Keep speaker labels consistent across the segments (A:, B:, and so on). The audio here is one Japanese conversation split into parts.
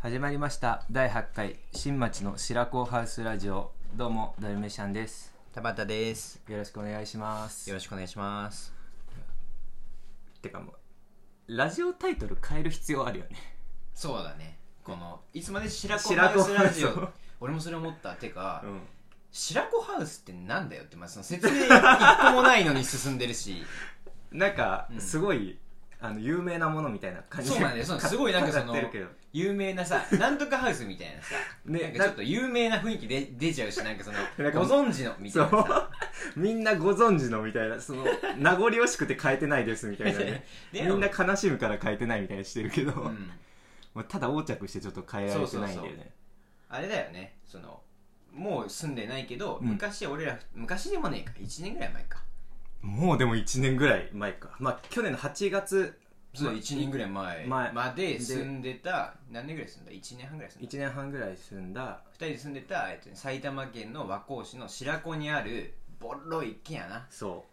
A: 始まりました第8回新町の白子ハウスラジオどうもダルメシャンです
B: 田畑です
A: よろしくお願いします
B: よろしくお願いします
A: てかもうラジオタイトル変える必要あるよね
B: そうだねこのいつまで白子
A: 白
B: ハ
A: 子
B: ウスラジ
A: そう
B: オ俺もそれ思ったてか、
A: ん
B: 白子ハウスってなんだよって、まあ、その説明一個もないのに進んでるし
A: なんか、
B: うん
A: すごいあの有名なものみたいな感じ
B: そうなんだよそうすごいなんかその
A: 語ってるけど
B: 有名なさなんとかハウスみたいなさ、
A: ね
B: なんかちょっと有名な雰囲気で出ちゃうし なんかその
A: なんか
B: ご存知のみたいな さ
A: そうみんなご存知のみたいなその名残惜しくて変えてないですみたいなねみ
B: で
A: んな悲しむから変えてないみたいにしてるけど、
B: うん
A: まあただ横着してちょっと変えられてないんだよね
B: あれだよねそのもう住んでないけど、
A: うん
B: 昔俺ら昔でもねえか1年ぐらい前か
A: もうでも1年ぐらい前かまあ去年の8月
B: そう1年ぐらい前
A: 前
B: まで住んでた何年ぐらい住んだ1年半ぐらい住んだ
A: 1年半ぐらい住んだ
B: 2人で住んでた、えっとね、埼玉県の和光市の白子にあるボロい一軒家なだか
A: そ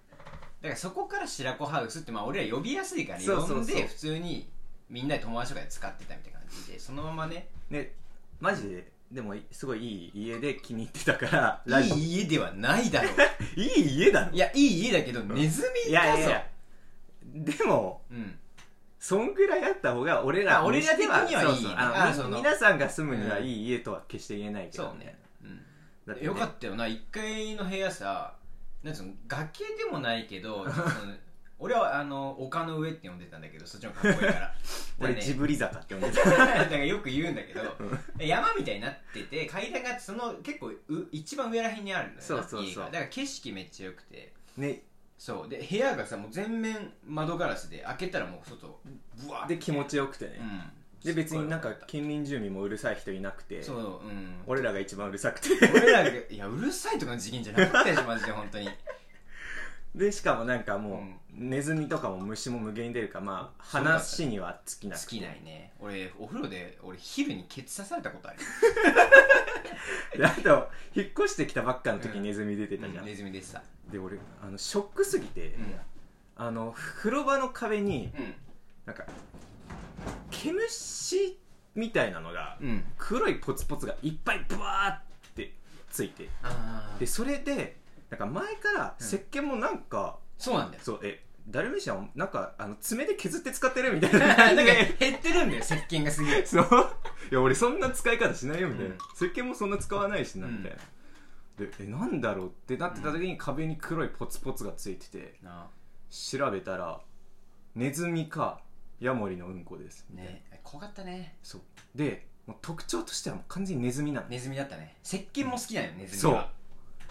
B: らそこから白子ハウスってまあ俺ら呼びやすいから
A: そうそうそう
B: 呼んで普通にみんなで友達とかで使ってたみたいな感じでそのままね
A: うでマジででもすごいいい家で気に入ってたからラ
B: い
A: ジオ
B: い家ではないだろう
A: いい家だろ
B: いやいい家だけどネズミだぞ
A: でも
B: うん
A: そんぐらいあった方が俺ら
B: あ俺ら的にはいい
A: そうそうあの
B: あ
A: み
B: その
A: 皆さんが住むにはいい家とは決して言えないけど
B: そうねうん
A: だてね
B: よかったよな1階の部屋さなんつうの崖でもないけ どその俺はあの丘の上って呼んでたんだけどそっちの方がかっこいいから
A: 俺
B: だ
A: ジ
B: か
A: ブリ坂って呼んでた
B: らね なんかよく言うんだ けど山みたいになってて階段がその結構う一番上らへんにあるんだよな
A: そうそうそう
B: 家がだから景色めっちゃ良くて
A: ね
B: そうで部屋がさもう全面窓ガラスで開けたらもう外ブワーって
A: で気持ちよくてね、
B: うん
A: で別になん
B: す
A: か
B: っごい良
A: 近隣住民もうるさい人いなくて
B: たそううん
A: 俺らが一番うるさくて
B: 俺らがいやうるさいとかの事件じゃなかったでしょマジで本当に
A: でしかもなんかもう、ネズミとかも虫も無限に出るからまあ
B: そうだった
A: 話には尽きなく
B: 好
A: て
B: きないね俺お風呂で俺昼にケツ刺されたことある
A: であと引っ越してきたばっかの時
B: うん
A: ネズミ出てたじゃん、
B: ネズミでさ
A: で俺あのショックすぎて、あの風呂場の壁に
B: うん
A: なんか毛虫みたいなのが
B: うん
A: 黒いポツポツがいっぱいブワーってついて
B: あ
A: で
B: あ
A: それでなんか前から石鹸もなんか、
B: そうなんだよ
A: そうえダルメシアンなんかあの爪で削って使ってるみたい
B: な
A: なん
B: か
A: 感じで
B: 減ってるんだよ石鹸がすげえ
A: そう いや俺そんな使い方しないよみたいな、
B: うん
A: 石鹸もそんな使わないしなみたいな、でえなんだろうってなってた時に壁に黒いポツポツがついてて
B: な
A: 調べたらネズミかヤモリのうんこですみたいな、
B: ね怖かったね
A: そうでもう特徴としてはもう完全にネズミなの、
B: ネズミだったね石鹸も好きなのよネズ
A: そ
B: ミ
A: う
B: は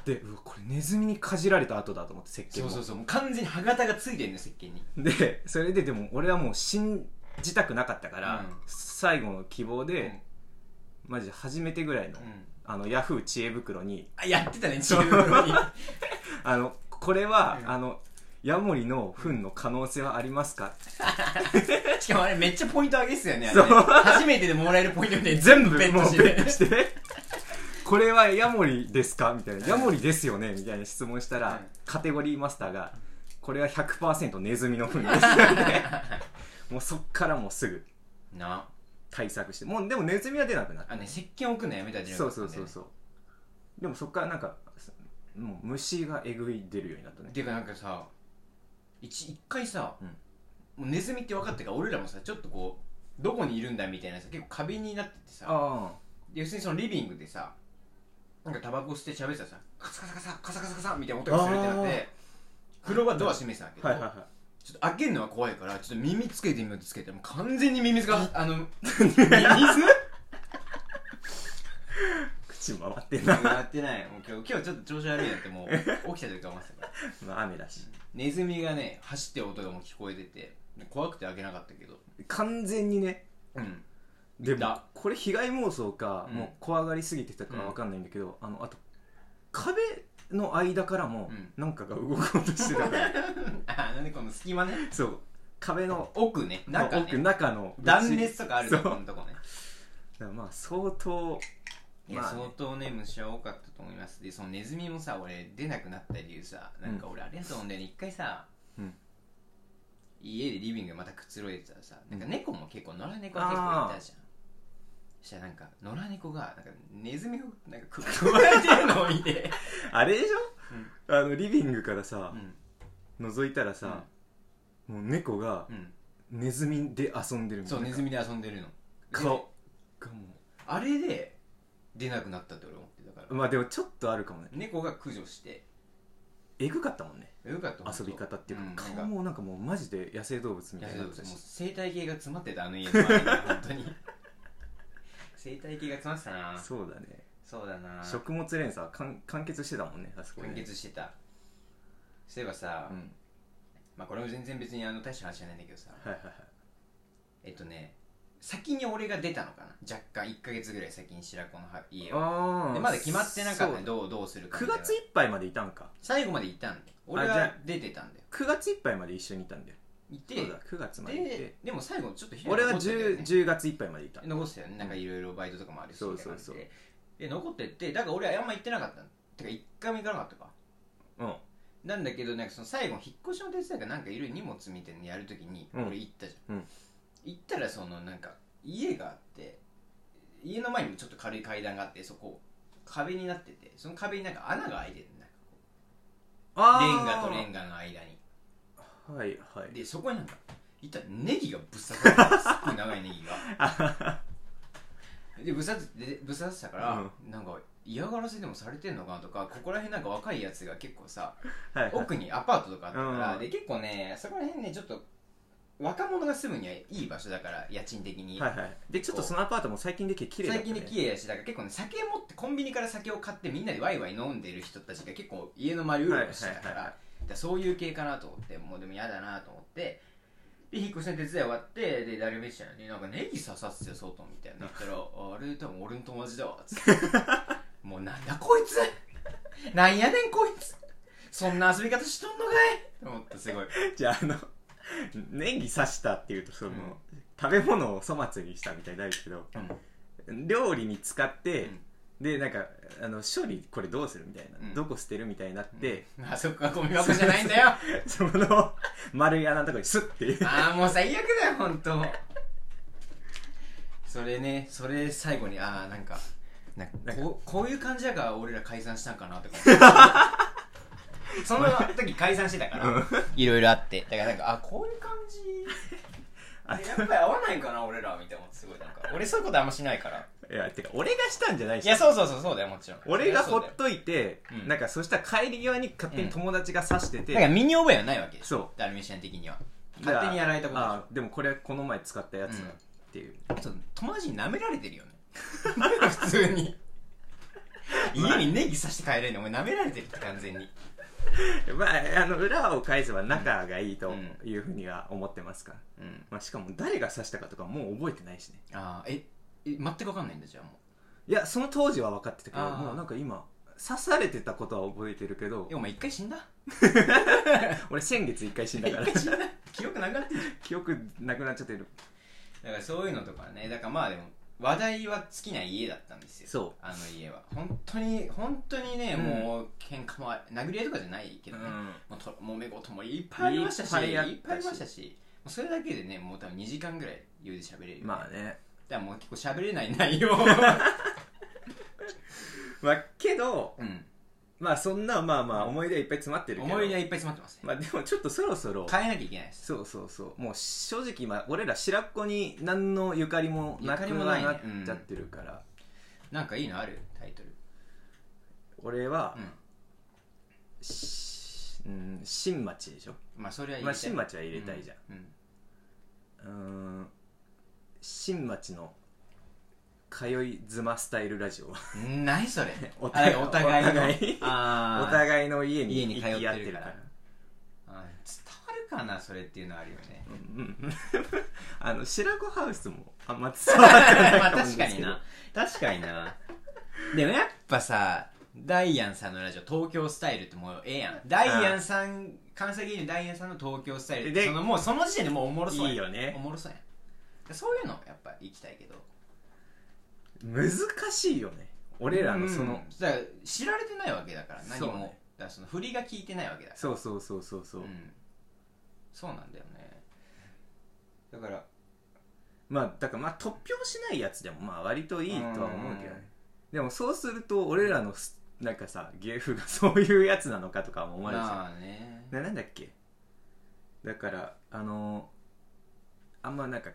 A: でうわこれネズミにかじられた後だと思って石鹸
B: そ
A: も
B: うそうそうもう完全に歯型がついてるの石鹸に
A: でそれででも俺はもう信じたくなかったから、
B: うん
A: 最後の希望
B: う
A: で
B: ん、
A: マジで初めてぐらいの,、
B: うん
A: あのヤフー知恵袋に
B: あやってたね自分に
A: あのこれは、
B: うん
A: あのヤモリの糞の可能性はありますか、
B: しかもあれめっちゃポイント上げっすよねあれ
A: そう
B: ね初めてでもらえるポイントで全部ベッ
A: もう
B: トして
A: ベッ
B: る
A: トしてこれはヤモリですかみたいな「ヤモリですよね」みたいな質問したら、
B: うん
A: カテゴリーマスターが「これは100%ネズミ の糞です」ってもうそっからもうすぐ
B: な
A: 対策してもうでもネズミは出なくなった
B: あね石鹸置くのやめた自
A: そ
B: 分
A: うそうそうそうでもそっからなんかすもう虫がえぐい出るようになったね
B: ていうかなんかさ一一回さ、
A: うん
B: もうネズミって分かってから俺らもさちょっとこうどこにいるんだみたいなさ結構過敏になっててさ
A: あ
B: で要するにそのリビングでさなんかタバコ吸って喋ってたらさカサカサカサカサカサカサみたいな音がするってなっ
A: あー
B: て風呂場ドア閉めてたんだけ
A: あ
B: ど、
A: はいはいは
B: ちょっと開けるのは怖いからちょっと耳つけてみようってつけてもう完全にミミズがあ のミミズ
A: い口回ってんな、
B: やってないもう今日今日ちょっと調子悪いなってもう起きた時から思ってた から
A: まあ、雨だし
B: ネズミがね走ってる音がもう聞こえてて怖くて開けなかったけど
A: 完全にね
B: うん
A: でも
B: だ
A: これ被害妄想か、
B: うん
A: もう怖がりすぎてたか
B: うん
A: わかんないんだけど、あのあと壁の間からも
B: うん
A: なんかが動こうとしてた から、
B: あなんでこの隙間ね
A: そう壁の
B: 奥ね中
A: 奥
B: ね
A: 中の
B: 断熱とかある
A: そ
B: と
A: う
B: このとこね
A: だからまあ相当
B: いや、
A: まあね
B: 相当ね虫は多かったと思いますでそのネズミもさ俺出なくなった理由さなんか俺あれやと思うんだよね一回さ、
A: うん
B: 家でリビングまたくつろいでたらさなんか猫も結構野良猫
A: あー
B: が結構いたじゃんそしたらなんか野良猫がなんかネズミをなんかくくわえてるのを見て、
A: あれでしょあのリビングからさ
B: う、ん
A: 覗いたらさ、もう猫が
B: うんうん
A: ネズミで遊んでるみたい
B: そ
A: うな
B: ネズミで遊んでるの
A: 顔
B: で
A: がも
B: あれで出なくなったって俺思ってた
A: う
B: から
A: まあでもちょっとあるかもね
B: 猫が駆除して
A: えぐかったもんね
B: よかった
A: 遊び方っていうか、
B: んなん
A: 顔もなんかもうマジで野生動物みたいに
B: 野生
A: な
B: 動
A: って
B: 物
A: た
B: もう
A: し
B: 生態系が詰まってたあの家の周りに本 当に生態系が詰まってたなそ
A: そうだね
B: うだな
A: 食物連鎖かん完結してたもんねあそこね
B: 完結してたそういえばさ、
A: うん
B: まあ、これも全然別にあの大した話じゃないんだけどさ
A: はいはいはい
B: えっとね先に俺が出たのかな若干1か月ぐらい先に白子の家を
A: あ
B: でまだ決まってなかったね
A: ね
B: どうどうするかみ
A: 9
B: たいな
A: 月いっぱいまでいたんか
B: 最後まで行ったんだよ俺
A: あじゃ
B: は
A: あ
B: 出てたんだよ
A: 9月いっぱいまで一緒にいたんだよ
B: 行って
A: そうだ9月までいて
B: ででも最後ちょっとひどい
A: 俺は
B: 残ってたよね
A: 10, 10月いっぱいまでいた
B: 残ってたよねなんかいろいろバイトとかもあるし
A: そうそうそう
B: みたいな感じでで残ってってだから俺はあんま行ってなかったのてか一回も行かなかったか
A: うん
B: なんだけどなんかその最後引っ越しの手伝いかなんかいる荷物みたいなのやるときに
A: うん
B: 俺行ったじゃん、
A: うん
B: 行ったらそのなんか家があって家の前にもちょっと軽い階段があってそこ壁になっててその壁になんか穴が開いてるのなんかこうレンガとレンガの間に
A: ガはいはい
B: でそこになんかいったらネギがぶっ刺さってたすっごい長いネギがでぶっ刺さってでぶっ刺さってたから、なんか嫌がらせでもされてんのかなとかここら辺なんか若いやつが結構さ
A: はいはい
B: 奥にアパートとかあったから、
A: うん
B: で結構ねそこら辺ねちょっと若者が住むにはいい場所だから家賃的に、
A: はいはいでちょっとそのアパートも最近できて綺麗だっ
B: 最
A: たね
B: 近で綺麗やしだから結構ね酒持ってコンビニから酒を買ってみんなでワイワイ飲んでる人たちが結構家の周りうろうろしてたから,、
A: はいはいはいはい
B: そういう系かなと思ってもうでも嫌だなと思ってで引っ越しの手伝い終わってでダルメシアになんかネギ刺さってたよ外みたいな言ったら「あれ多分俺の友達だわ」つって「もうなんだこいつなんやねんこいつそんな遊び方しとんのかい!」と思ってすごい
A: じゃああのネギ刺したっていうとその、食べ物を粗末にしたみたいになるけど
B: うん
A: 料理に使って、でなんかあの処理これどうするみたいな、
B: うん
A: どこ捨てるみたいになって、
B: うんあそこがゴミ箱じゃないんだよ
A: その丸い穴のとこにスッて
B: ああもう最悪だよ本当。それねそれ最後にああなんかなんか
A: なんか
B: こうこういう感じだから俺ら解散したんかなとか その時解散してたからいろいろあってだからなんかあこういう感じ
A: あ
B: やっぱり合わないんかな俺らみたいなすごいなんか俺そういうことあんましないから
A: いやてか俺がしたんじゃない
B: い
A: し
B: やそうそうそうそうだよもちろん
A: 俺が
B: そ
A: ほ
B: うだよ
A: っといて、
B: うん
A: なんかそしたら帰り際に勝手に友達が刺してて、
B: だから身に覚えはないわけでしょ
A: そう
B: ダルメシアン的には
A: だから
B: 勝手にやられたことでしょ
A: あでもこれこの前使ったやつだっていう、
B: あと友達に舐められてるよね 普通 に家にネギ刺して帰れんのお前舐められてるって完全に
A: まああの裏を返せば仲がいいというふうには思ってますから、
B: うん
A: まあ、しかも誰が刺したかとかもう覚えてないしね
B: ああええ全く分かんないんだじゃあも
A: いやその当時は分かってたけど
B: あー
A: もうなんか今刺されてたことは覚えてるけど
B: うえお前一回死んだ
A: 俺先月一回死んだ
B: 一
A: から
B: 回死んだ記憶なくなってんじゃん
A: 記憶なくなっちゃってる
B: だからそういうのとかねだからまあでも話題は尽きない家だったんですよ
A: そう
B: あの家は本当に本当にね、
A: うん
B: もう喧嘩もあ殴り合いとかじゃないけどね、もうと揉め事もいっぱいありましたし
A: いっぱいあったし
B: いっぱいありましたしもうそれだけでねもう多分2時間ぐらい余裕で喋れるよね、
A: まあね
B: だからもう結構喋れない 内容
A: まあけど
B: うん
A: まあそんなまあまあ思い出はいっぱい詰まってるけど
B: 思い出はいっぱい詰まってますね、
A: まあでもちょっとそろそろ
B: 変えなきゃいけないです
A: そうそうそうもう正直今俺ら白子に何のゆかりもなく
B: ゆかりもないね
A: なっちゃってるから、
B: なんかいいのあるタイトル
A: 俺は
B: う、ん
A: しうん、新町でしょ、
B: まあそれは入
A: まあ、
B: れたい
A: 新町は入れたいじゃん、
B: うん、うん
A: うーん新町の通い妻スタイルラジオ
B: 何それ
A: お互い
B: あお互いの
A: お互い
B: あー
A: お互いの家に
B: 家に通ってるから
A: 行き合
B: あー伝わるかなそれっていうのはあるよね
A: うんうん あの白子ハウスもあんま伝わってない
B: まあ
A: と思うん
B: 確
A: で
B: か
A: す
B: に
A: けど
B: な確かになでもやっぱさダイアンさんのラジオ東京スタイルってもうええやんダイアンさん関西芸人のダイアンさんの東京スタイルって
A: で
B: そのもうその時点でもうおもろそうやん
A: いいよね
B: おもろそうやんそういうのやっぱ行きたいけど
A: 難しいよね俺らのその、
B: うんだから知られてないわけだから何
A: そう
B: も
A: ね
B: だからその振りが効いてないわけだから
A: そうそうそうそうそう、
B: うんそうなんだよねだから
A: まあだからまあ突拍しないやつでもまあ割といいとは思うけどねでもそうすると俺らのすなんかさ芸風がそういうやつなのかとかも思われちゃ
B: まあね
A: うななんだっけだからあのあんまなんか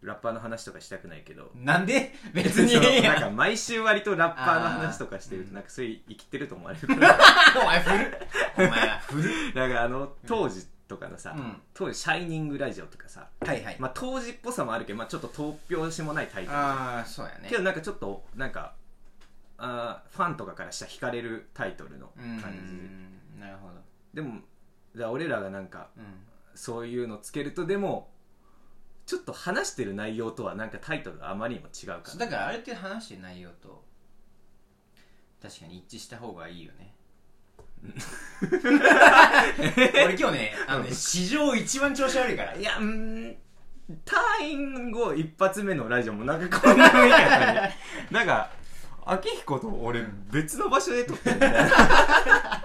A: ラッパーの話とかしたくないけど
B: な んで別に
A: そう
B: いいや
A: なん
B: ん
A: か毎週割とラッパーの話とかしてる
B: あーう
A: と
B: ん
A: なんかそういう生きてると思われるから
B: お前古っお前は 古っ
A: なんかあの当時とかのさ、
B: うん
A: 当時「シャイニングラジオ」とかさ、
B: はいはい
A: まあ、当時っぽさもあるけど、まあ、ちょっと突拍子もないタイトル
B: ああそうやね
A: けどなんかちょっとなんかあーファンとかからしたら惹かれるタイトルの
B: うん
A: 感
B: なるほど
A: じでもだから俺らがなんか
B: うん
A: そういうのつけるとでもちょっと話してる内容とはなんかタイトルがあまりにも違うから
B: そうだからあれって話してる内容と確かに一致した方がいいよ ね俺今日ねあのね史上一番調子悪いから
A: いやうーん退院後一発目のラジオもなんかこんな雰囲気やったねなんか明彦と俺別の場所で撮ってるみたいな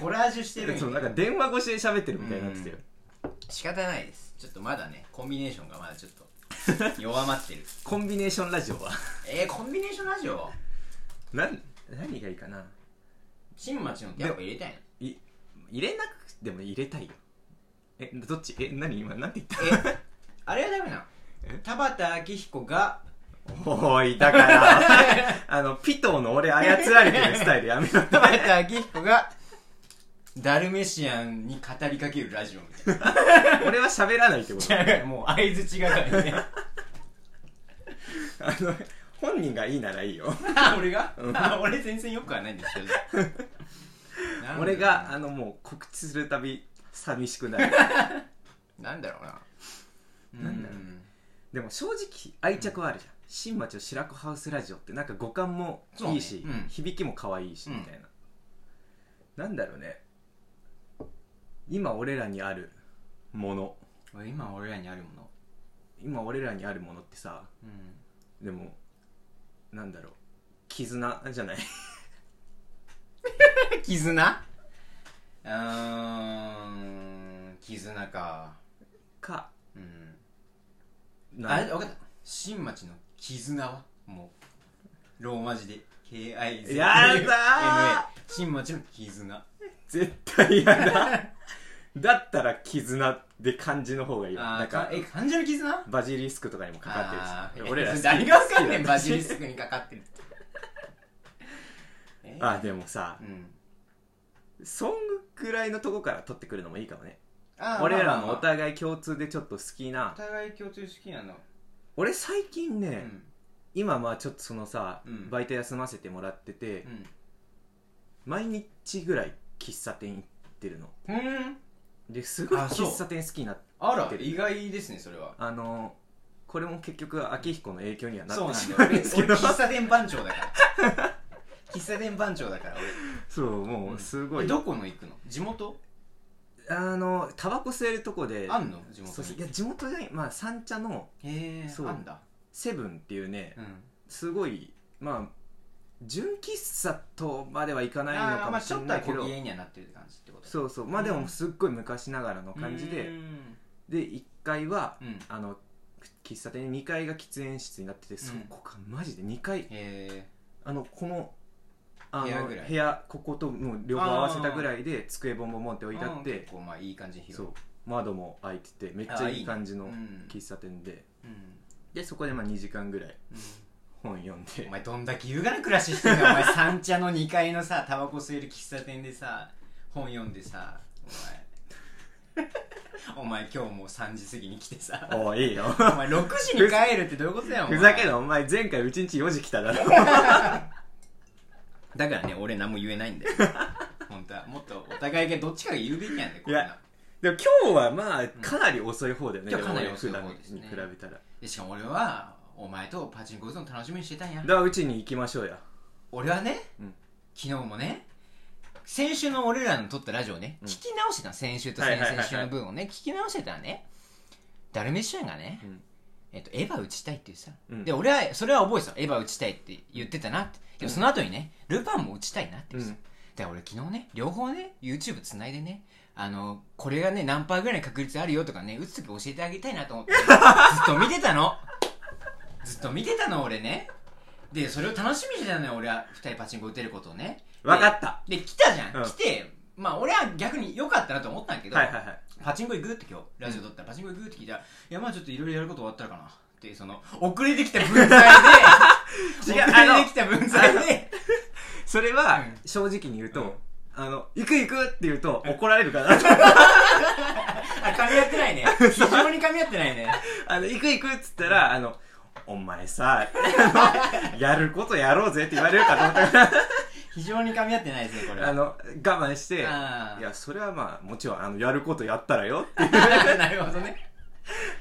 B: コラージュしてる ん
A: そう
B: や
A: なんか電話越しで喋ってるみたいになってたよ、
B: 仕方ないですちょっとまだねコンビネーションがまだちょっと 弱まってる
A: コンビネーションラジオは
B: えー、コンビネーションラジオ
A: なん何がいいかな
B: 新町のってやっぱ入れたいの
A: い入れなくても入れたいよえどっちえ何今何て言っ
B: えあれはダメなの
A: え
B: 田畑明彦が
A: たおいだから あのピトーの俺操られてるスタイルやめろ
B: 田畑明彦がダルメシアンに語りかけるラジオみたいな
A: 俺は喋らないってこと
B: 違 うもう相づちがからね
A: あの本人がいいならいいよ
B: 俺が、あ俺全然よくはないんですけ どなんだろうな
A: 俺があのもう告知するたび寂しくなる
B: なんだろうな
A: なんだろう
B: うん
A: でも正直愛着はあるじゃん新町の白子ハウスラジオってなんか五感もいいし、
B: そうねうん
A: 響きも可愛いしみたいな、なんだろうね今俺らにあるもの
B: 俺今俺らにあるもの、
A: 今俺らにあるものってさでもなんだろう絆じゃない
B: 絆うーん絆か
A: か
B: うん
A: な
B: あれ分かった新町の絆はもうローマ字で KIZ
A: やだー
B: NA 新町の絆
A: 絶対嫌だだったら絆で漢字の方がいいわな
B: あ
A: ん
B: ーか
A: か
B: え患者の絆
A: バジリスクとかにもかかってるし俺ら好き
B: 誰がわかんねん
A: 好き
B: バジリスクにかか ってるってえ
A: あでもさ
B: うん
A: そんぐらいのとこから取ってくるのもいいかもね
B: あー
A: 俺ら
B: まあまあ
A: の
B: まあ
A: お互い共通でちょっと好きな
B: お互い共通好きなの
A: 俺最近ね、
B: うん
A: 今まあちょっとそのさ、
B: うん
A: バイト休ませてもらってて、
B: うん
A: 毎日ぐらい喫茶店行ってるの
B: うん
A: ですごい
B: あそう
A: 喫茶店好きになって
B: あら意外ですねそれは
A: あのこれも結局明彦の影響にはな
B: そう
A: っ
B: な
A: て
B: んだ
A: し
B: よ
A: まうん
B: 俺俺
A: ですけど
B: 喫茶店番長だから喫茶店番長だから
A: そう
B: 俺
A: もうすご
B: え
A: い、
B: どこの行くの地元
A: あのタバコ吸えるとこで
B: あんの地
A: そ
B: 元
A: うそう
B: に
A: いや地元じゃないまあ三茶の
B: へえ
A: そう
B: あんだ
A: セブンっていうね
B: うん
A: すごいまあ純喫茶とまではいかないのか
B: あーま
A: も
B: あ
A: し
B: ちょ
A: れ
B: っとは
A: ないけ
B: 小
A: ど、
B: 気味にはなってるって感じってこと
A: そうそうまあで
B: う
A: も
B: ん
A: すっごい昔ながらの感じで、
B: うん
A: で1階は
B: うん
A: あの喫茶店で2階が喫煙室になってて、そこがマジで2階
B: へえ
A: あのこのあの部
B: 部屋
A: 屋
B: ぐらい
A: ここともう両方合わせたぐらいで机ボンボンボンって置いてあっ
B: うん
A: て
B: 結構まあいい感じに広
A: そ
B: いう
A: 窓も開いててめっちゃいい感じの
B: うん
A: 喫茶店で
B: うん
A: でそこでまあ2時間ぐらい
B: うん
A: 本読んで
B: お前どんだけ優雅な暮らししてんのお前三茶の2階のさタバコ吸える喫茶店でさ本読んでさお前お前今日もう3時過ぎに来てさ
A: おういいよ
B: お前6時に帰るってどういうことだよお前
A: ふざけんなお前前回うちんち4時来ただろ
B: だからね俺何も言えないんだよ本当はもっとお互いがどっちかが言うべきなんだよこん
A: い
B: な
A: やでも今日はまあかなり遅い方だよね、
B: 今日かなり遅い
A: でも
B: 方
A: 俺
B: です
A: 普
B: ね
A: 段に比べたらだか
B: でしかも俺はお前とパチンコ打つの楽しみにしてたんや
A: らうちに行きましょうや
B: 俺はね、
A: うん
B: 昨日もね先週の俺らの撮ったラジオね、
A: うん
B: 聞き直してたの先週と先々週の分をね聞き直してたらねダルメッシュンがね、
A: うん
B: えっと、エヴァ打ちたいって言ってたの、
A: うん
B: で俺はそれは覚えてたのエヴァ打ちたいって言ってたなってでもその後にね、ルパンも打ちたいなって言ってたの、だから俺昨日ね両方ね YouTube つないでねあのこれがね何パーぐらいの確率あるよとかね打つ時教えてあげたいなと思って ずっと見てたのずっと見てたの俺ねでそれを楽しみにしてたのよ俺は2人パチンコ打てることをね
A: 分かった
B: で来たじゃん、
A: うん
B: 来てまあ俺は逆に良かったなと思ったんだけど、
A: はいはいはい
B: パチンコ行くって今日ラジオ撮ったらパチンコ行くって聞いたら「いやまあちょっといろいろやること終わったらかな」って その遅れてきた文在で
A: 違う
B: 遅れてきた文在で
A: それは
B: うん
A: 正直に言うと、
B: うん
A: あの行く行くって言うと怒られる かなと
B: あ噛み合って ないね非常に噛み合ってないね
A: あの行く行くっつったら、あのお前さ あのやることやろうぜって言われるかと思 ったか
B: 非常に噛み合ってないですねこれ
A: らあ
B: は
A: の我慢してい
B: あー
A: やそれはまあもちろんあのやることやったらよって
B: なるほどね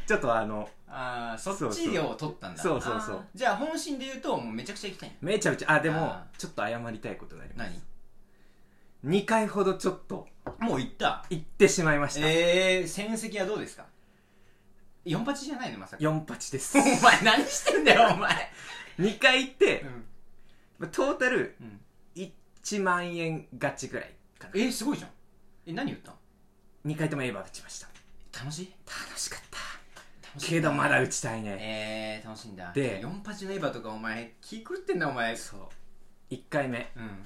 A: ちょっとあの
B: ああそ
A: そう
B: っちを取ったんだ
A: そうそうそう
B: あーじゃあ本心で言うともうめちゃくちゃ行きたいの
A: めちゃめちゃあでも
B: あ
A: ちょっと謝りたいことがあります
B: 何
A: 2回ほどちょっと
B: もう行った
A: 行ってしまいました、
B: ええー、戦績はどうですか4八じゃないのまさか
A: 4八で す
B: お前何してんだよお前
A: 2回行って
B: う、ん
A: まあトータル
B: うん
A: 1万円勝ちぐらいかな
B: えー、すごいじゃんえ何言ったの
A: 2回ともエヴァ勝ちました
B: 楽しい
A: 楽しかった
B: 楽しい
A: けどまだ打ちたいね
B: えー、楽しいんだ
A: で
B: 4八のエヴァとかお前気狂ってんだお前
A: そう1回目
B: うん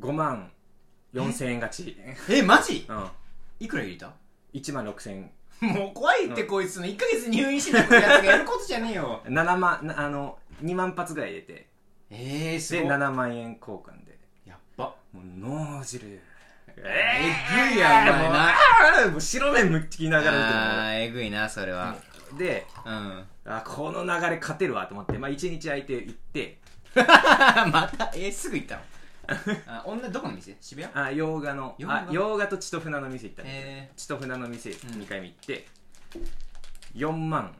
A: 5万4000円勝ち
B: えマジ
A: うん
B: いくら入れた
A: 1万6000
B: もう怖いってこいつの1ヶ月入院してたやつがやることじゃねえよ
A: 7万なあの2万発ぐらい入れて
B: えー、す
A: で
B: ごいやっ
A: 7万円交換で
B: ば
A: もう脳汁え
B: えぐいやんお前な
A: なもう白目むっきながら
B: あーえぐいなそれは
A: 打ってもで
B: うん
A: あこの流れ勝てるわと思って、まあ、1日空いて行って
B: またえー、すぐ行ったのあ女どこの店渋谷
A: あ洋画の
B: 洋画
A: あ洋画と千と船の店行ったんだけど
B: え
A: 千と船の店
B: ん
A: 2回目行って、4万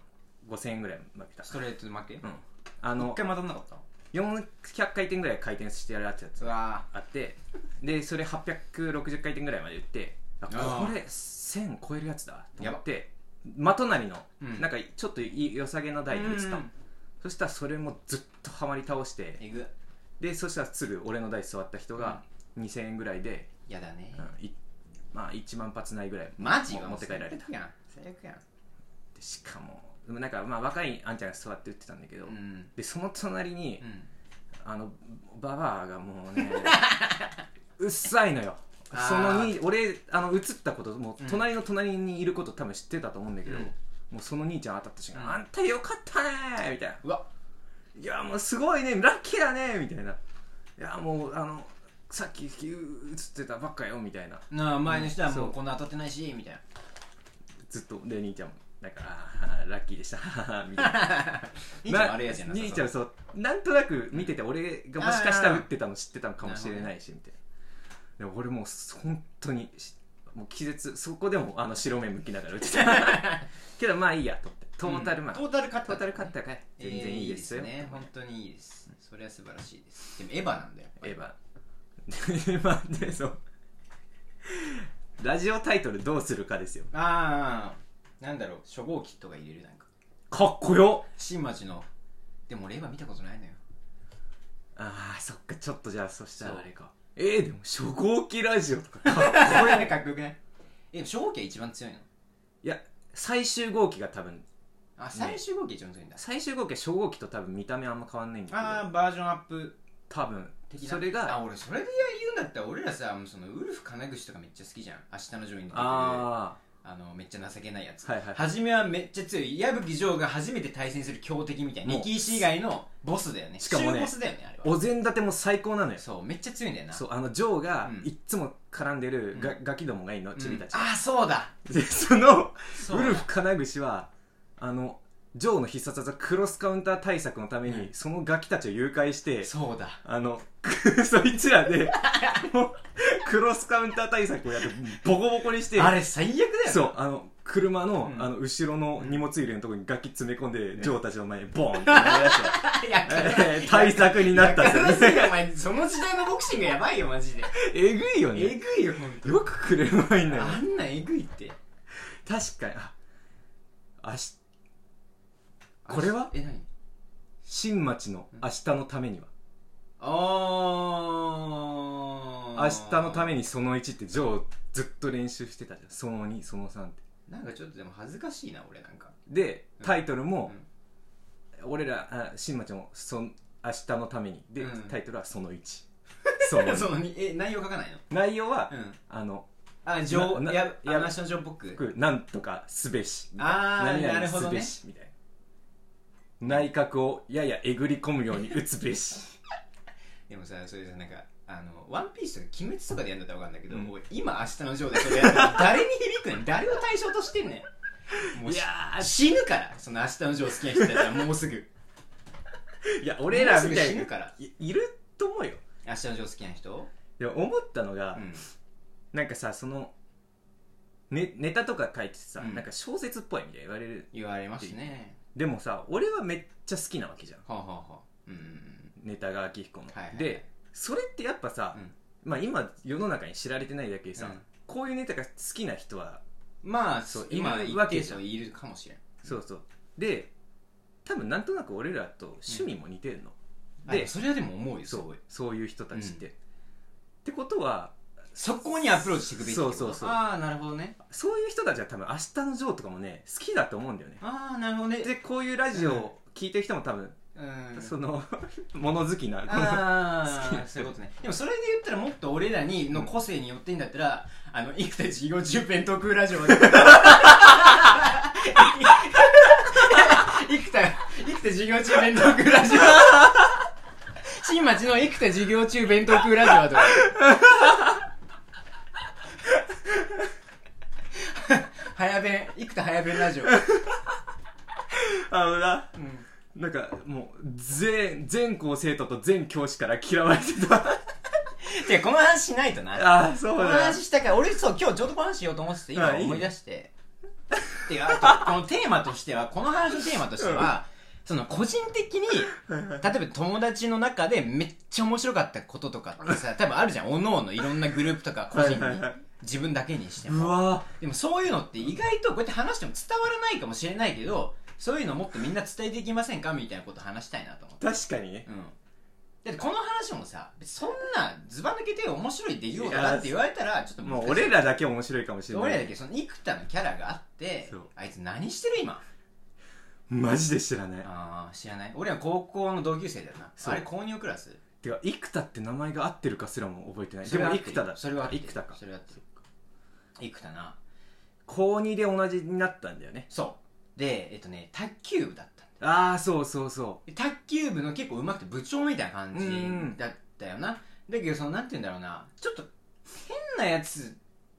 A: 5000円ぐらい負けた
B: ー、ストレートで負け、
A: うんあ
B: 一
A: の
B: 回またんなかった
A: 400回転ぐらい回転してやるやつ
B: うわ
A: あってでそれ860回転ぐらいまで打ってあ
B: あー
A: これ1000超えるやつだと思
B: やば
A: ってまとなりの、
B: うん
A: なんかちょっといい良さげな台で打ってたの
B: うん
A: そしたらそれもずっとハマり倒して
B: えぐ
A: でそしたらすぐ俺の台座った人が2000円ぐらいで、
B: やだね、
A: うんいまあ、1万発ないぐらい
B: マジ
A: も持って帰られた
B: 最悪やん最悪やん
A: でしかもなんかまあ若いあんちゃんが座って打ってたんだけど、
B: うん
A: でその隣に、
B: うん
A: あのババアがもう ねうっさいのよ
B: あー
A: そのに俺あの映ったこともう
B: うん
A: 隣の隣にいること多分知ってたと思うんだけど、
B: うん
A: もうその兄ちゃん当たった瞬間「
B: うん
A: あんたよかったね」みたいな
B: うわ
A: 「いやもうすごいねラッキーだね」みたいな「いやもうあのさっきう映ってたばっかよ」みたいな
B: なあ前の人はも
A: そうう
B: こんな当たってないしみたいな
A: ずっとで兄ちゃんもなんか「あーラッキーでした」みた いな。
B: 兄ちゃんあれやじゃん
A: 兄ちゃん
B: さ
A: そうなんとなく見てて俺がもしかしたら打ってたの知ってたのかもしれないしみたいなでも俺もう本当にしもう気絶そこでもあの白目向きながら打ってた けどまあいいやと思ってトータルまあ、
B: トータル勝っ
A: ト
B: た
A: ータル勝ったから全然いいですよ、
B: えーいいね本当にいいですそれは素晴らしいですでもエヴァなんだよ
A: エヴァエヴァ でそうラジオタイトルどうするかですよ
B: ああなんだろう初号機とか入れるなんか
A: かっこよ
B: 新町のでも俺エヴァ見たことないのよ
A: あーそっかちょっとじゃあそしたら
B: そう
A: あれかえー、でも初号機ラジオとかかっこ
B: これかっこよくない え初号機は一番強いの
A: いや最終号機が多分
B: あ最終号機一番強いんだ、
A: 最終号機は初号機と多分見た目あんま変わんないん
B: あ
A: だ
B: あバージョンアップ
A: けど多分
B: 的な
A: それが
B: あ俺それで言うんだったら俺らさそのウルフ金口とかめっちゃ好きじゃん明日のジョイン出てくる
A: あ
B: あのめっちゃ情けないやつ、
A: はいはい
B: 初めはめっちゃ強い矢吹城が初めて対戦する強敵みたいな
A: もう
B: 力石以外のボスだよね
A: しかもね
B: 中ボスだよねあ
A: ー
B: れは
A: お膳立ても最高なのよ
B: そうめっちゃ強いんだよな
A: そうあのジョーが
B: うん
A: いっつも絡んでるガ,、ガキどもがいいの
B: うん
A: チビたち、
B: あそうだ
A: で その
B: そう
A: ウ
B: だ
A: ルフ金串はあのジョーの必殺技クロスカウンター対策のために、
B: うん
A: そのガキたちを誘拐して
B: そうだ
A: あの そいつらでもうクロスカウンター対策をやってボコボコにして
B: あれ最悪だよな
A: そうあの車の,、
B: うん
A: あの後ろの荷物入れのところにガキ詰め込んで、
B: ん
A: ジョーたちの前にボーンって投げ出して
B: やから
A: えー対策になったん
B: や
A: で
B: か
A: すよ
B: らす
A: ね
B: ぎお前その時代のボクシングやばいよマジで
A: えぐいよ
B: え
A: ね
B: ぐいよ本当
A: よくくれるまいんだよ
B: あんなんえぐいって
A: 確かにああしこれは
B: え何
A: 新町の明日のためには
B: あ
A: 明
B: ー
A: 日のためにその1ってジョーずっと練習してたじゃんその2その3って
B: なんかちょっとでも恥ずかしいな俺なんか
A: で
B: うん
A: タイトルも
B: うん、
A: 俺らあ新町もそん明日のためにで、
B: うん
A: タイトルはその1その
B: そ
A: 2
B: のにえ内容書かないの
A: 内容は、
B: うん
A: あの
B: あ情
A: なな
B: や
A: や
B: やナショナルジョーっぽく
A: 僕なんとかすべしみたい
B: あー
A: 何々
B: なるほどね
A: すべしみたいな内閣をややえぐり込むように打つべし
B: でもさそれさなんかあの「ワンピースとか「鬼滅」とかでやるんだったら分かんないけど、
A: うん
B: もう今明日のジョーでそれやるの誰に響くねん誰を対象としてんねんもう
A: い
B: い
A: や
B: 死ぬからその明日のジョー好きな人だったらもうすぐ
A: いや俺らみた
B: もうすぐ
A: い
B: 死
A: に
B: ぬから
A: いいると思うよ
B: 明日のジョー好きな人
A: でも思ったのが、
B: うん
A: なんかさその、ね、ネタとか書いてさ、
B: うん
A: なんか小説っぽいみたいに言われる
B: 言われますね
A: でもさ俺はめっちゃ好きなわけじゃん
B: はあ、はあはあ、うんうんうん
A: ネタが明彦の、
B: はいはいはい
A: でそれってやっぱさ、
B: うん
A: まあ今世の中に知られてないだけでさ、
B: うん
A: こういうネタが好きな人は
B: まあ
A: そう
B: 今
A: いる
B: 一
A: わけ
B: 定
A: じゃ
B: 数
A: ん
B: いるかもしれん
A: そうそうで多分なんとなく俺らと趣味も似てるの、
B: で
A: で
B: それはでも思うよす
A: そ
B: ご
A: う
B: い
A: そういう人たちって、ってことは
B: そこにアプローチしていくべきってこと
A: そうそうそう
B: ああなるほどね
A: そういう人たちは多分「明日のジョー」とかもね好きだと思うんだよね
B: ああなるほどね
A: でこういうラジオを聞いてる人も多分、
B: うん
A: その 物好きなこの
B: あ
A: 好き
B: あ そういうことねでもそれで言ったらもっと俺らにの個性によっていいんだったら、あの生田授業中編特ラジオで生田生田授業中弁当食うラジオ新町の生田授業中弁当食うラジオとか早弁生田早弁ラジオ、う
A: あのなんなんかもう全全校生徒と全教師から嫌われて た
B: てかこの話しないとな
A: ああそう
B: この
A: だ
B: 話したから俺そう今日ちょうどこの話しようと思ってて今
A: あいいね
B: 思い出しててかあとこのテーマとしてはこの話のテーマとしてはその個人的に例えば友達の中でめっちゃ面白かったこととかってさ多分あるじゃんおのおのいろんなグループとか個人に
A: はいはいはい
B: 自分だけにして
A: う
B: も
A: わ
B: でもそういうのって意外とこうやって話しても伝わらないかもしれないけどそういうのもっとみんな伝えていきませんかみたいなこと話したいなと思って
A: 確かにね
B: うんだってこの話もさそんなずば抜けて面白い出来事だって言われたらちょっと難しい
A: もう俺らだけ面白いかもしれない
B: 俺らだけその幾田のキャラがあって
A: そう
B: あいつ何してる今
A: マジで知らない
B: あー知らない俺は高校の同級生だよな
A: そう
B: あれ購入クラス
A: てか生田って名前が合ってるかすらも覚えてない
B: そ
A: で
B: れは
A: も
B: 合っ
A: 生
B: て
A: 田
B: る
A: だ
B: それは合ってる
A: 生田か
B: それは合ってる幾田な
A: 高2で同じになったんだよね
B: そうでえっとね卓球部だったんだ
A: ああそうそうそ
B: で卓球部の結構うまくて部長みたいな感じ
A: うん
B: だったよなだけどそのなんて言うんだろうなちょっと変なやつっ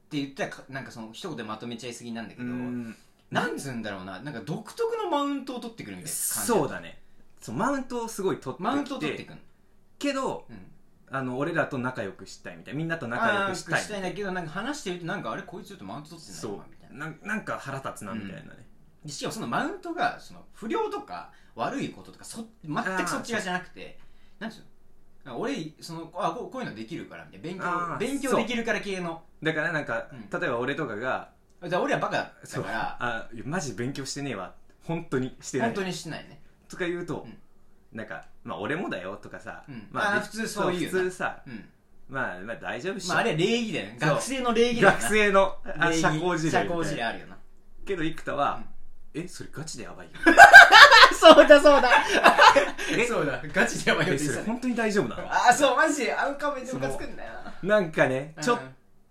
B: て言ったらかなんかその一言でまとめちゃいすぎなんだけ
A: うう
B: ど、
A: ん
B: なんつうんだろうななんか独特のマウントを取ってくるみたいな感じ
A: そうだねそうマウントをすごい取ってきて
B: マウントを取ってくる
A: けど
B: うん
A: あの俺らと仲良くしたいみたいなみんなと仲良くしたい
B: あーしたいんだけどなんか話してるとなんかあれこいつちょっとマウント取ってない
A: そ
B: なみたいうな
A: なんなんか腹立つなみたいなね、
B: でしかもそのマウントがその不良とか悪いこととかそ全くそっち側じゃなくてなんていうのなんか俺そのあこうこういうのできるからみたいな
A: あー
B: 勉強勉強
A: そう
B: できるから系の
A: だからなんか、
B: う
A: 例えば俺とかが
B: だから俺はバカだ
A: 「
B: ったから
A: あいやマジ勉強してねえわ本当にしてない
B: 本当にしてないね
A: とか言うと、
B: うん
A: なんか「まあ俺もだよ」とかさ、
B: うん
A: ま
B: あー普通そう言うよな
A: 普通さ
B: うん
A: 「まあ、まあ大丈夫っしょ」
B: まああれは礼儀だよね
A: そう
B: 学生の礼儀だよ
A: 学
B: な
A: 生のあ
B: 礼儀
A: 社交辞令みたいな
B: 社交辞令あるよな
A: けど生田は、えそれガチでや ばいよ
B: そうだそうだ
A: え
B: そうだガチでやばいよ
A: え
B: って言っ
A: それ
B: てたね
A: 本当に大丈夫なの
B: ああそうマジでアンカメでムカつくんだよな
A: なんかねちょ,、
B: うん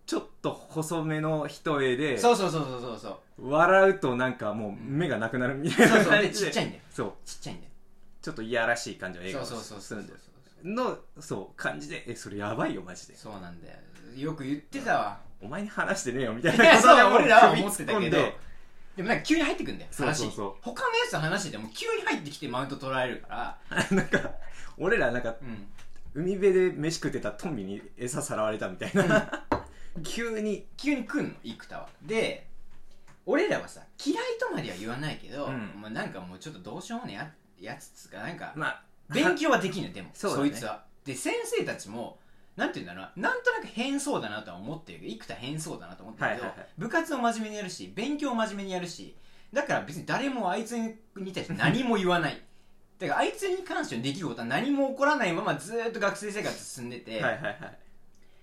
A: ちょっと細めの一重で
B: そうそうそうそうそうそう
A: 笑うとなんかもう目がなくなるみたい
B: そう
A: な
B: そう
A: 感
B: で
A: じ
B: ちっ
A: で
B: ちゃいんだよ
A: そう
B: ちっちゃいんだよ
A: ちょっといやらしい感じの映画を
B: そうそうそう
A: す
B: そう
A: る
B: そ
A: ん
B: う
A: だよ
B: そう
A: のそう感じでえそれやばいよマジで
B: そうなんだよよく言って たわ
A: お前に話してねえよみたい
B: い
A: な
B: や
A: こと
B: そう
A: で
B: だ
A: もう
B: 俺らは
A: 首
B: 思
A: 突
B: っ
A: って
B: た
A: 込
B: け
A: ん
B: ど
A: で
B: でもなんか急に入ってくんだよ
A: そう
B: 話
A: そう
B: に
A: そう
B: 他のやつと話してても急に入ってきてマウント取られるから
A: なんか俺らなんか
B: うん
A: 海辺で飯食ってたトンビに餌さらわれたみたいな急に
B: 急に来んの生田はで俺らはさ嫌いとまでは言わないけど、
A: うん
B: もうなんかもうちょっとどうしようもねえややつっつうかなんか
A: まあ
B: 勉強はできんのよでも
A: そ
B: そう
A: だね
B: いつはで先生たちもなんて言うんだろうななんとなく変そうだなとは思ってるけど幾多変そうだなと思ってるけど、
A: はいはいはい
B: 部活を真面目にやるし勉強を真面目にやるしだから別に誰もあいつに対して何も言わないだからあいつに関しての出来事は何も起こらないままずーっと学生生活進んでて、
A: はいはいはい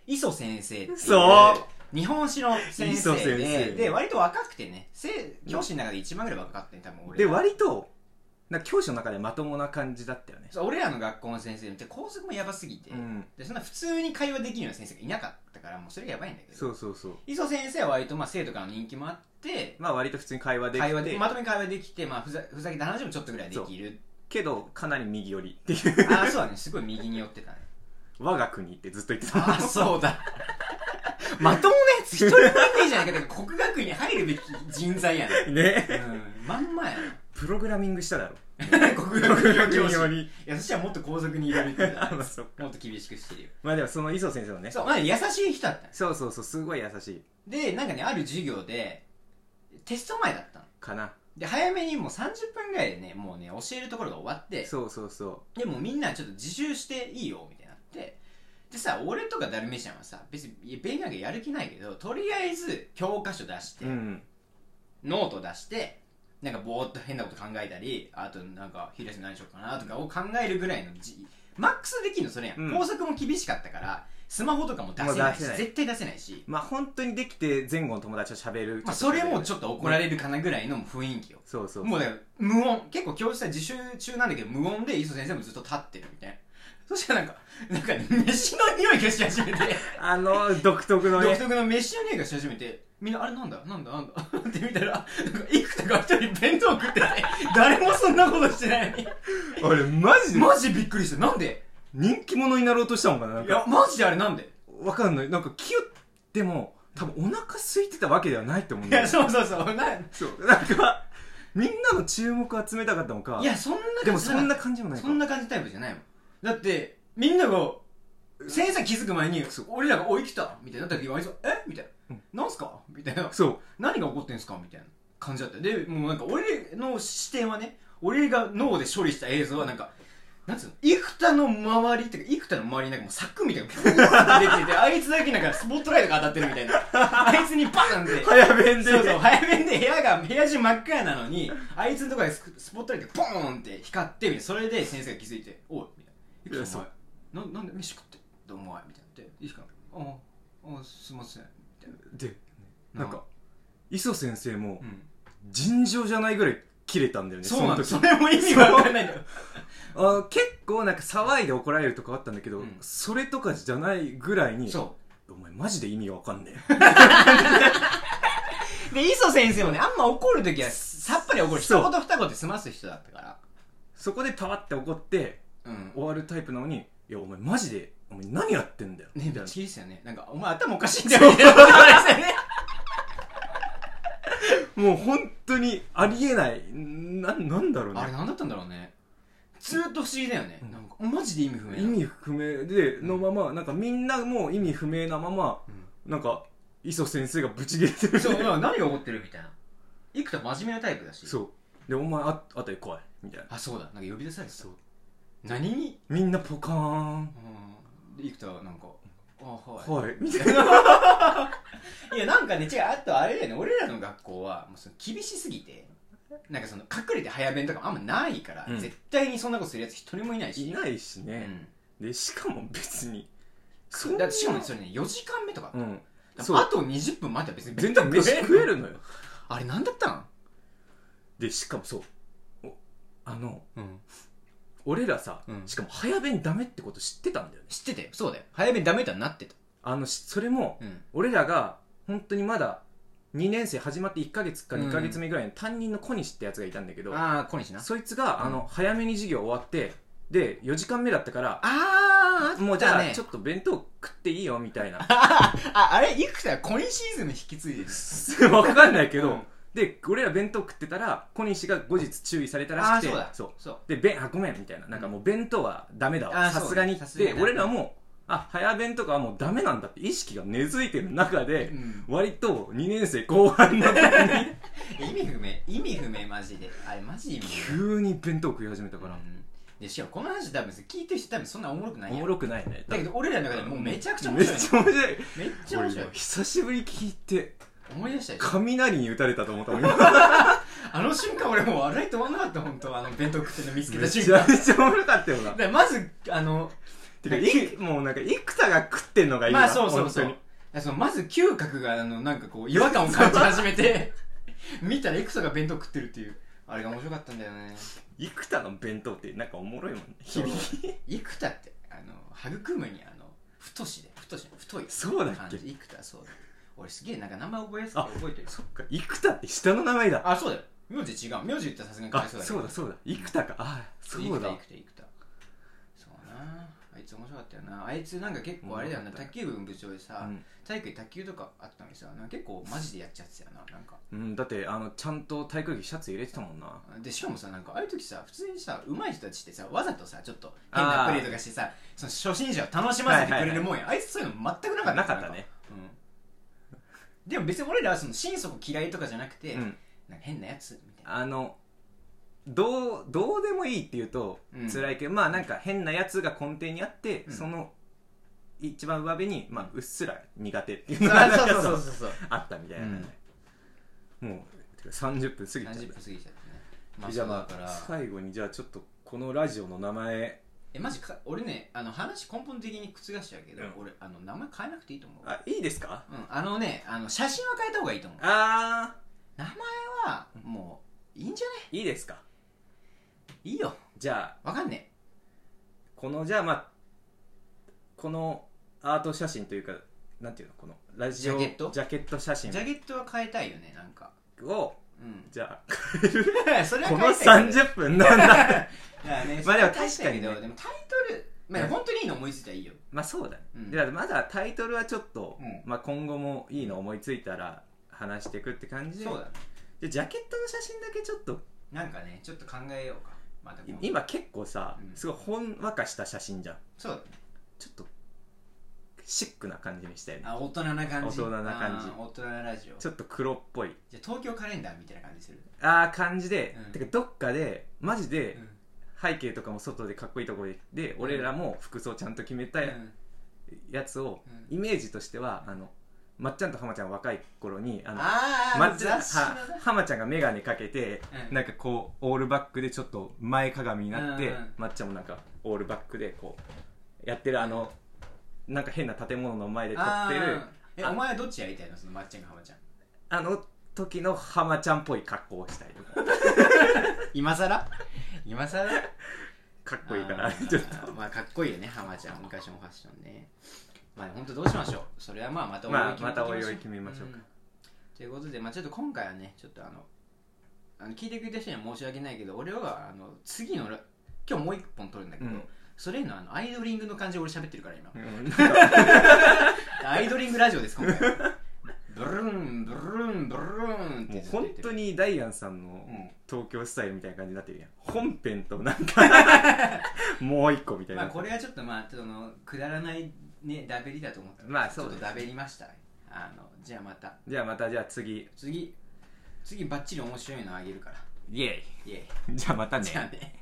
B: 磯先生っていう
A: そう
B: 日本史の先
A: 磯
B: 生で
A: 先生
B: で割と若くてねせ教師の中で一番ぐらい若かったね多分俺
A: で
B: ら
A: 割となんか教師の中でまともな感じだったよね
B: そう俺らの学校の先生見て校則もやばすぎて、
A: うん
B: でそんな普通に会話できるような先生がいなかったからもうそれがやばいんだけど
A: そうそうそう
B: 磯先生は割とまあ生徒からの人気もあって
A: まあ割と普通に会話でき
B: 会話
A: て
B: でまとめに会話できて、まあ、ふざふざけた話もちょっとぐらいできる
A: けどかなり右寄りっていう
B: ああそうだねすごい右に寄っ てたね
A: 我が国ってずっと言ってた
B: ああそうだ まともなやつ一人もいねえじゃないかだから国学院に入るべき人材や ね
A: ね
B: うんまんまや
A: プログラミングしただろ
B: な国学院教師
A: 国
B: い
A: に
B: やそしたらもっと皇族に入れるっていうの
A: あ
B: は
A: まあそっか
B: もっと厳しくしてるよ
A: まあでもその磯先生のね
B: そうまあ優しい人だったね
A: そうそうそうすごい優しい
B: でなんかねある授業でテスト前だったの
A: かな
B: で早めにもう30分ぐらいでねもうね教えるところが終わって
A: そうそうそ
B: でもみんなちょっと自習していいよみたいになってでさ俺とかダルメシアンはさ別にいや勉強なんかやる気ないけどとりあえず教科書出して、
A: ううん
B: ノート出してなんかぼーっと変なこと考えたりあとなんか昼休み何しようかなとかを考えるぐらいのじマックスできるのそれやん、
A: うん
B: 校則も厳しかったからスマホとかも出せ
A: もう
B: ない
A: 出
B: し
A: せない
B: 絶対出せないし、
A: まあ本当にできて前後の友達と喋る
B: まあ、それもち
A: ょっと
B: ょっと怒られるかなぐらいの雰囲気を
A: そうそう
B: もうだから無音結構教室は自習中なんだけど無音で磯先生もずっと立ってるみたいなそしたらなんかなんか飯の匂いがし始めて
A: あの独特の
B: 独
A: ね
B: 特の飯の匂いがし始めてみんなあれなんだなんだなんだ って見たらなんか幾田が一人弁当食ってて誰もそんなことしてない のに
A: 俺マジで
B: マジびっくりしたなんで
A: 人気者になろうとしたのかななん
B: い
A: か
B: やマジであれなんで
A: わかんないなんかキュッでも多分お腹空いてたわけではないと思うん
B: い
A: だよ
B: やそうそうそうな
A: そうなんかみんなの注目を集めたかったのか
B: いやそんな
A: でもそんな感じもないか
B: そんな感じタイプじゃないもんだってみんなが先生気づく前に俺らが「おい来た」みたいになった時あいつは「えみたいな
A: うん
B: 「なんすか?」みたいな
A: そう
B: 「何が起こってんすか?」みたいな感じだったでもうなんか俺の視点はね俺が脳で処理した映像はなんかなんつうの幾田の周りっていうか幾田の周りになんかもう柵みたいなの出 ててあいつだけなんかスポットライトが当たってるみたいなあいつにバーンって
A: 早弁で
B: そうそう早めで部屋が部屋中真っ暗なのにあいつのところでススポットライトがポーンって光ってみたいなそれで先生が気づいて「おい」みたいな
A: い
B: 「い
A: や
B: くつ
A: そ
B: お
A: う
B: 前なんなんで飯食ってどうもお前」みたいなで「いいっすか?」ああああすいません」みたいな
A: でなんか磯先生も
B: うん
A: 尋常じゃないぐらい切れたんだよね
B: そうなんだ
A: そ
B: そ
A: の時
B: れも意味わかんないんだよ
A: あ結構なんか騒いで怒られるとかあったんだけど、
B: うん
A: それとかじゃないぐらいに
B: そ
A: お前マジで意味わかんね
B: うで磯先生もねあんま怒るときはさっぱり怒る
A: そう
B: 一言二言で済ます人だったから
A: え そこでパワって怒って
B: うん
A: 終わるタイプなのにいやお前マジでお前何やってんだよ、
B: ね
A: み
B: め
A: た
B: っ
A: いな
B: ちゃいいですよねなんかお前頭おかしいんだよみたいなこと言われてた よね
A: もう本当にありえないななんだろう
B: あれ
A: ね
B: 何だったんだろうねずーっと不思議だよね、
A: うん
B: なんかマジで意味不明
A: 意味不明でのままなんかみんなもう意味不明なままなんか磯先生がブチ切れてる
B: そう、何が起こってるみたいな。いくと真面目なタイプだし。う。
A: そうでお前ああとで来いみたいな
B: あ、そうだ。なんか呼び出されてた
A: そう。
B: 何に
A: みんなポカーン
B: うん。いくとはなんか、あ、はい。
A: はいみたいない
B: や、なんかね、違う、あとあれだよね、俺らの学校は、もうその厳しすぎて、なんかその、隠れて早弁とかあんまないから、
A: うん
B: 絶対にそんなことするやつ一人もいないし。
A: いないし
B: う
A: ね、
B: ん。
A: でしかも別に
B: そうだってしかもねそれね、4時間目とか。
A: うん
B: あ
A: そう
B: と20分待って別に
A: 全然飯食え
B: る。
A: るのよ
B: あれなんだったん
A: でしかもそうおあの
B: うん。
A: 俺らさ、
B: うん
A: しかも早弁ダメってこと知ってたんだよね
B: 知ってたよ。そうだよ。早弁ダメだなってた。
A: あのしそれも
B: うん。
A: 俺らが本当にまだ2年生始まって1ヶ月か2ヶ月目ぐらいの担任の小西ってやつがいたんだけど、
B: ああ、小西な。
A: そいつが、
B: うん
A: あの早めに授業終わってで4時間目だったから
B: あーあったね
A: もうじゃあちょっと弁当食っていいよみたいな
B: ああれいくつだコインシーズン引き継いでる
A: わかんないけど、
B: うん
A: で俺ら弁当食ってたら小西が後日注意された
B: あ
A: ら
B: あ
A: しくて
B: そうだ
A: そう
B: そう
A: でべあごめんみたいななんかもう弁当はダメだ
B: あ
A: わ
B: ーそ
A: さ
B: う
A: すがに
B: さすが
A: で
B: に
A: 俺らもあ早弁とかはもうダメなんだって意識が根付いてる中で、
B: うん
A: 割と2年生後半の時 に
B: 意味不明意味不明マジであれマジ意味不明
A: 急に弁当食い始めたか
B: うんでしかもこの話多分聞いてる人多分そんなおもろく
A: ら
B: ない
A: お
B: や
A: も
B: ん
A: ろくないね
B: だけど俺らの中でもうめちゃくちゃ面
A: めっ
B: 白い
A: ちゃ面白い
B: めっちゃ面白い
A: 俺久しぶりに聞いて
B: 思い出したでしょ
A: 雷に打たれたと思ったもん 今
B: あの瞬間俺もう笑い止まんなかった本当あの弁当食ってるの見つけ
A: め
B: た
A: ち
B: 瞬
A: ゃ
B: 間
A: めちゃおもろかったよな
B: でまずあの
A: てかいもうなんか幾田が食ってんのがいいわ
B: まあそうそうそう
A: 本
B: いやそのまず嗅覚があのなんかこう違和感を感じ始めて見たらエクサが弁当食ってるっていうあれが面白かったんだよね
A: 当に幾田の弁当ってなんかおもろいもんね日
B: そう
A: 々
B: 幾田ってあの育むにあの太しで太し太い
A: そうだっ
B: 感
A: け
B: じ幾田そうだ俺すげえなんか名前覚えやすくて覚えてる
A: そっか幾田って下の名前だ
B: あそうだよ名字違う名字言ったらさすがにかわ
A: あ
B: いそうだけ
A: そう
B: ど
A: だそうだ幾田かあそうだ
B: 幾田幾田幾田そうなあいつ面白かったよなあいつなんか結構あれだよな
A: 面白
B: 卓
A: か
B: 球部の部長でさ、
A: うん
B: 体育で卓球とかあったのにさなんか結構マジでやっちゃってたよななんか
A: うん、だってあのちゃんと体育着シャツ入れてたもんな
B: でしかもさなんかああいう時さ普通にさ上手い人たちってさわざとさちょっと変なプレーとかしてさその初心者を楽しませてくれるもんや、あいつそういうの全くなかった
A: なかったね、
B: うん、でも別に俺らはその心底嫌いとかじゃなくて、
A: うん、
B: なんか変なやつみたいな
A: あのどうどうでもいいっていうと
B: うん
A: 辛いけど、まあなんか変なやつが根底にあって、
B: うん
A: その一番上辺に、まあ、うっすら苦手っていうのが
B: あ
A: なん
B: そう
A: か
B: そうそ
A: そ
B: う
A: う
B: そうそう
A: あったみたいなね、もうてか30分過ぎちゃっ
B: 30分過ぎちゃってねま
A: た
B: あ
A: じゃ
B: そ
A: あ
B: う
A: ま
B: だ
A: あ
B: から
A: 最後にじゃあちょっとこのラジオの名前
B: えマジか俺ねあの話根本的に覆しちゃうけど、
A: うん
B: 俺あの名前変えなくていいと思う
A: あいいですか
B: うん、あのねあの写真は変えた方がいいと思う
A: あ
B: 名前はもういいんじゃね
A: ーいいですか
B: いいよ
A: じゃあ
B: わかんね
A: このじゃあまあこのアート写真というかなんていうのこのラジオ
B: ジャケット
A: ジャケット写
B: え
A: 真
B: ジャケットは変えたいよねなんか
A: を
B: うん
A: じゃ
B: それ
A: あ
B: は
A: こ
B: 変
A: の
B: えたいけど
A: 30分 なんだ
B: だか
A: まあ
B: らね
A: でも
B: それは変えたいけど
A: 確かにね
B: でもタイトルまあ本当にいいの思いついたらいいよ
A: まあそうだね、
B: うん
A: でまだタイトルはちょっと、
B: うん
A: まあ、今後もいいの思いついたら話していくって感じで
B: そうだね
A: でジャケットの写真だけちょっと
B: なんかねちょっと考えようかまた今度
A: 今結構さ、
B: うん
A: すごいほんわかした写真じゃん
B: そうだね
A: ちょっとシックな感じにしたよね
B: あ大人な感じ
A: 大人な感じ
B: あー大人なラジオ
A: ちょっと黒っぽい
B: じゃあ東京カレンダーみたいな感じする
A: ああ感じで、
B: うん
A: てかどっかでマジで、
B: うん
A: 背景とかも外でかっこいいところで俺らも服装ちゃんと決めた
B: うん
A: やつを
B: う
A: イメージとしてはあのまっちゃんと浜ちゃん若い頃にあの
B: あ
A: ま
B: あ
A: っちゃん
B: 雑誌の
A: は
B: な
A: 浜ちゃんが眼鏡かけて
B: うん
A: なんかこうオールバックでちょっと前かがみになって
B: うんうん
A: まっちゃんもなんかオールバックでこうやってるあのなんか変な建物の前で撮ってる
B: あーえ
A: あ
B: お前はどっちやりたいのそのまっちゃんか浜ちゃん
A: あの時の浜ちゃんっぽい格好をしたい
B: 今さら今さら
A: か
B: か
A: っこいいからちょっと
B: まあかっこいいよね浜ちゃん昔のファッションねまあ本当どうしましょうそれはまあまた
A: まあ
B: 決めていき
A: またおいおい決めましょうか
B: んということでまあちょっと今回はねちょっとあのあの聞いてくれた人には申し訳ないけど俺はあの次のラ今日もう一本撮るんだけど、
A: うん
B: それへのあのアイドリングの感じで俺喋ってるから今
A: うんなんか
B: アイドリングラジオです今回ブルーンブルーンブルーンって
A: もう
B: ずっと言
A: 本
B: ってる
A: 当にダイアンさんの
B: うん
A: 東京スタイルみたいな感じになってるやん本編となんか もう一個みたいな、
B: まあこれはちょっとまあそのくだらないねダベリだと思ったので
A: まあそう
B: ち
A: です
B: ょっとダベりましたあのじゃあまた
A: じゃあまたじゃあ次
B: 次次バッチリ面白いのあげるから
A: イエ
B: イエ
A: イじゃあまた
B: イ
A: ね
B: じゃあね